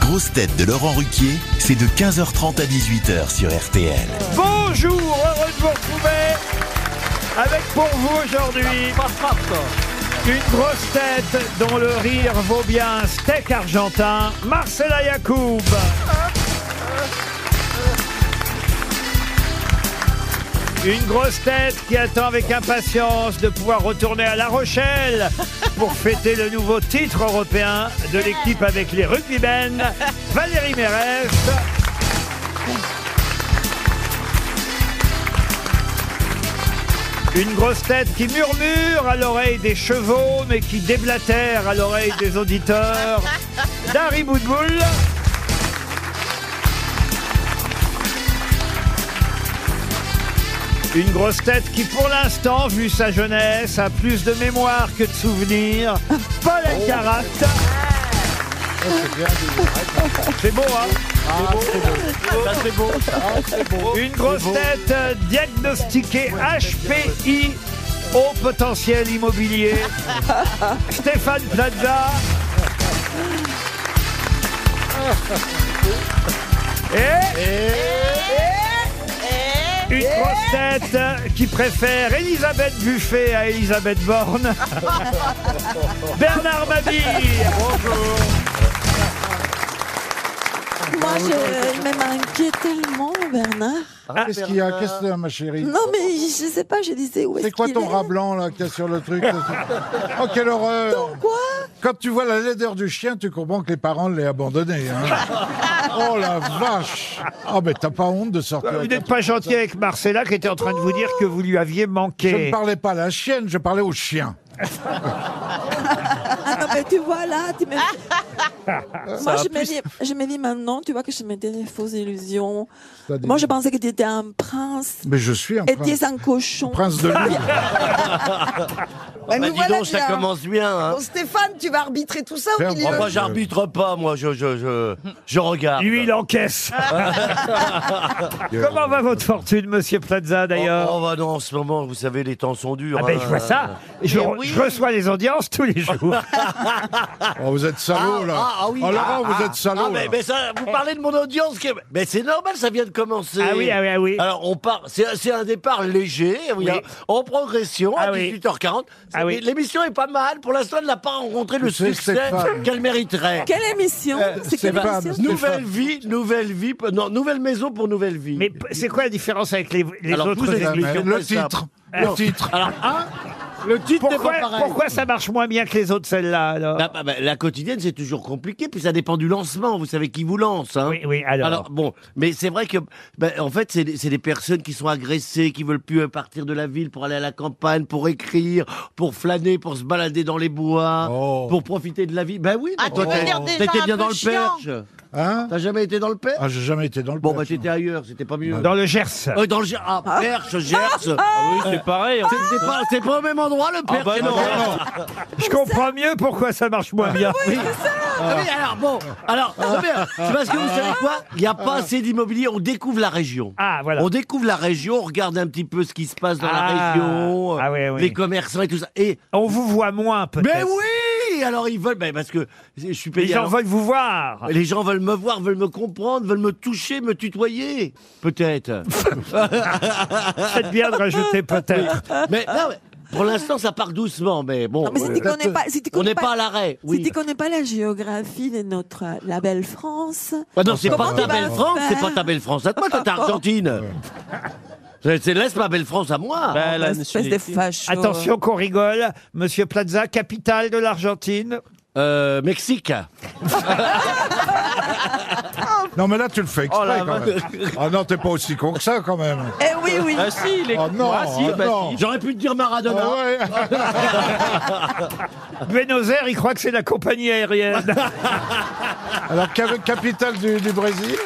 grosses têtes de Laurent Ruquier, c'est de 15h30 à 18h sur RTL. Bonjour, heureux de vous retrouver avec pour vous aujourd'hui une grosse tête dont le rire vaut bien un steak argentin, Marcela Yacoub. Une grosse tête qui attend avec impatience de pouvoir retourner à La Rochelle pour fêter le nouveau titre européen de l'équipe avec les rugbymen, Valérie Mérès. Une grosse tête qui murmure à l'oreille des chevaux, mais qui déblatère à l'oreille des auditeurs. Dari Boudboul. Une grosse tête qui, pour l'instant, vu sa jeunesse, a plus de mémoire que de souvenirs. Paul Alcarat. C'est beau, hein c'est beau. Une grosse tête euh, diagnostiquée HPI, haut potentiel immobilier. Stéphane Plaza. Et une grosse tête euh, qui préfère Elisabeth Buffet à Elisabeth Borne. Bernard Mabille. Moi, je, il m'inquiète tellement, Bernard. Qu'est-ce qu'il y a Qu'est-ce que c'est, ma chérie Non, mais je sais pas, je disais où est-ce C'est quoi qu'il ton est rat blanc là qu'il y a sur le truc Oh quelle horreur Quoi Quand tu vois la laideur du chien, tu comprends que les parents l'aient abandonné. hein. Oh la vache Oh mais t'as pas honte de sortir Vous avec un n'êtes pas gentil avec Marcella qui était en train de vous dire que vous lui aviez Je ne manqué. parlais pas à la chienne, je parlais au chien. Ah non, mais tu vois là, tu me... Moi, je me, dis, je me dis maintenant, tu vois que je mettais des fausses illusions. C'est-à-dire Moi, je pensais que tu étais un prince Mais je suis un et prince, tu es un cochon. prince de l'île. Bah, Bah, nous dis voilà donc, ça bien. commence bien. hein. Bon, Stéphane, tu vas arbitrer tout ça Ferme au milieu. ta Oh, moi, je- j'arbitre pas, moi, je, je, je, je regarde. Lui, il encaisse. Comment va votre fortune, monsieur Plaza, d'ailleurs Oh, oh, bah non, en ce moment, vous savez, les temps sont durs. euh, Ah ben, hein. je vois ça. Je, Mais oui. je reçois les audiences tous les jours. Oh vous êtes salaud là Ah, ah, oui. Oh Laurent, Ah, vous ah, êtes salaud ah, mais, là. mais ça, vous parlez de mon audience. qui est- Mais c'est normal, ça vient de commencer. Eh. Ah oui, ah oui, ah oui. Alors, on part. C'est c'est un départ léger, oui, Oui. hein, en progression, Ah à oui. 18h40. Ah oui. L'émission est pas mal. Pour l'instant, elle n'a pas rencontré le Tu sais, succès Stéphane. qu'elle mériterait. Eh ben, Quelle émission Euh, C'est quelle Stéphane, émission Nouvelle Stéphane. vie, nouvelle vie. Non, nouvelle maison pour nouvelle vie. Mais p- c'est quoi la différence avec les, les Alors, autres vous Ah, mais émissions expliquez. Le c'est ça. titre Le Non. titre Alors, un, le titre n'est pourquoi, pas pareil. pourquoi ça marche moins bien que les autres, celle-là alors Ah, bah, bah, la quotidienne, c'est toujours compliqué, puis ça dépend du lancement. Vous savez qui vous lance. hein. Oui, oui, alors. bon, mais c'est vrai que, bah, en fait, c'est des c'est des personnes qui sont agressées, qui veulent plus euh, partir de la ville pour aller à la campagne, pour écrire, pour flâner, pour se balader dans les bois, Oh. pour profiter de la vie. Ben oui, mais Ah, tu veux t'es- dire des t'étais gens bien un dans peu le perche. Hein T'as jamais été dans le perche Ah j'ai jamais été dans le Bon, bah peuple, t'étais ailleurs, c'était pas mieux. Dans le Gers. Euh, dans le Gers, ah, Perche, Gers. Ah oui, c'est pareil. C'est pas, c'est pas au même endroit le Perche. et le Gers. Je comprends mieux pourquoi ça marche moins bien. Ah oui, alors bon, alors, Ah. très bien. C'est parce que vous savez quoi Il n'y a pas assez d'immobilier, on découvre la région. Ah, voilà. On découvre la région, on regarde un petit peu ce qui se passe dans Ah. la région, Ah oui, oui. les commerçants et tout ça. Et, On vous voit moins, peut-être. mais oui Alors ils veulent, ben, parce que je suis Les payé. gens alors- veulent vous voir. les gens veulent me voir, veulent me comprendre, veulent me toucher, me tutoyer. Peut-être. Faites bien de rajouter peut-être. mais, non, mais pour l'instant, ça part doucement, mais bon. Non, Ah, mais si tu euh, connais pas, si tu on connais n'est pas à l'arrêt. si Oui. tu connais pas la géographie de notre euh, la belle France, Ah non, c'est Comment pas tu ta vas bah, belle France, faire c'est pas ta belle France. À toi, toi, t'es Argentine. C'est c'est- laisse ma belle France à moi. espèce de facho. Attention qu'on rigole. Monsieur Plaza, capitale de l'Argentine. Euh, Mexique. Non mais là tu le fais Oh exprès quand même. Ah non t'es pas aussi con que ça quand même. Eh oui, oui. si, il est Oh non, oh non. J'aurais pu te dire Maradona. Ah ouais. Buenos Aires, il croit que c'est la compagnie aérienne. Alors, cap- capitale du, du Brésil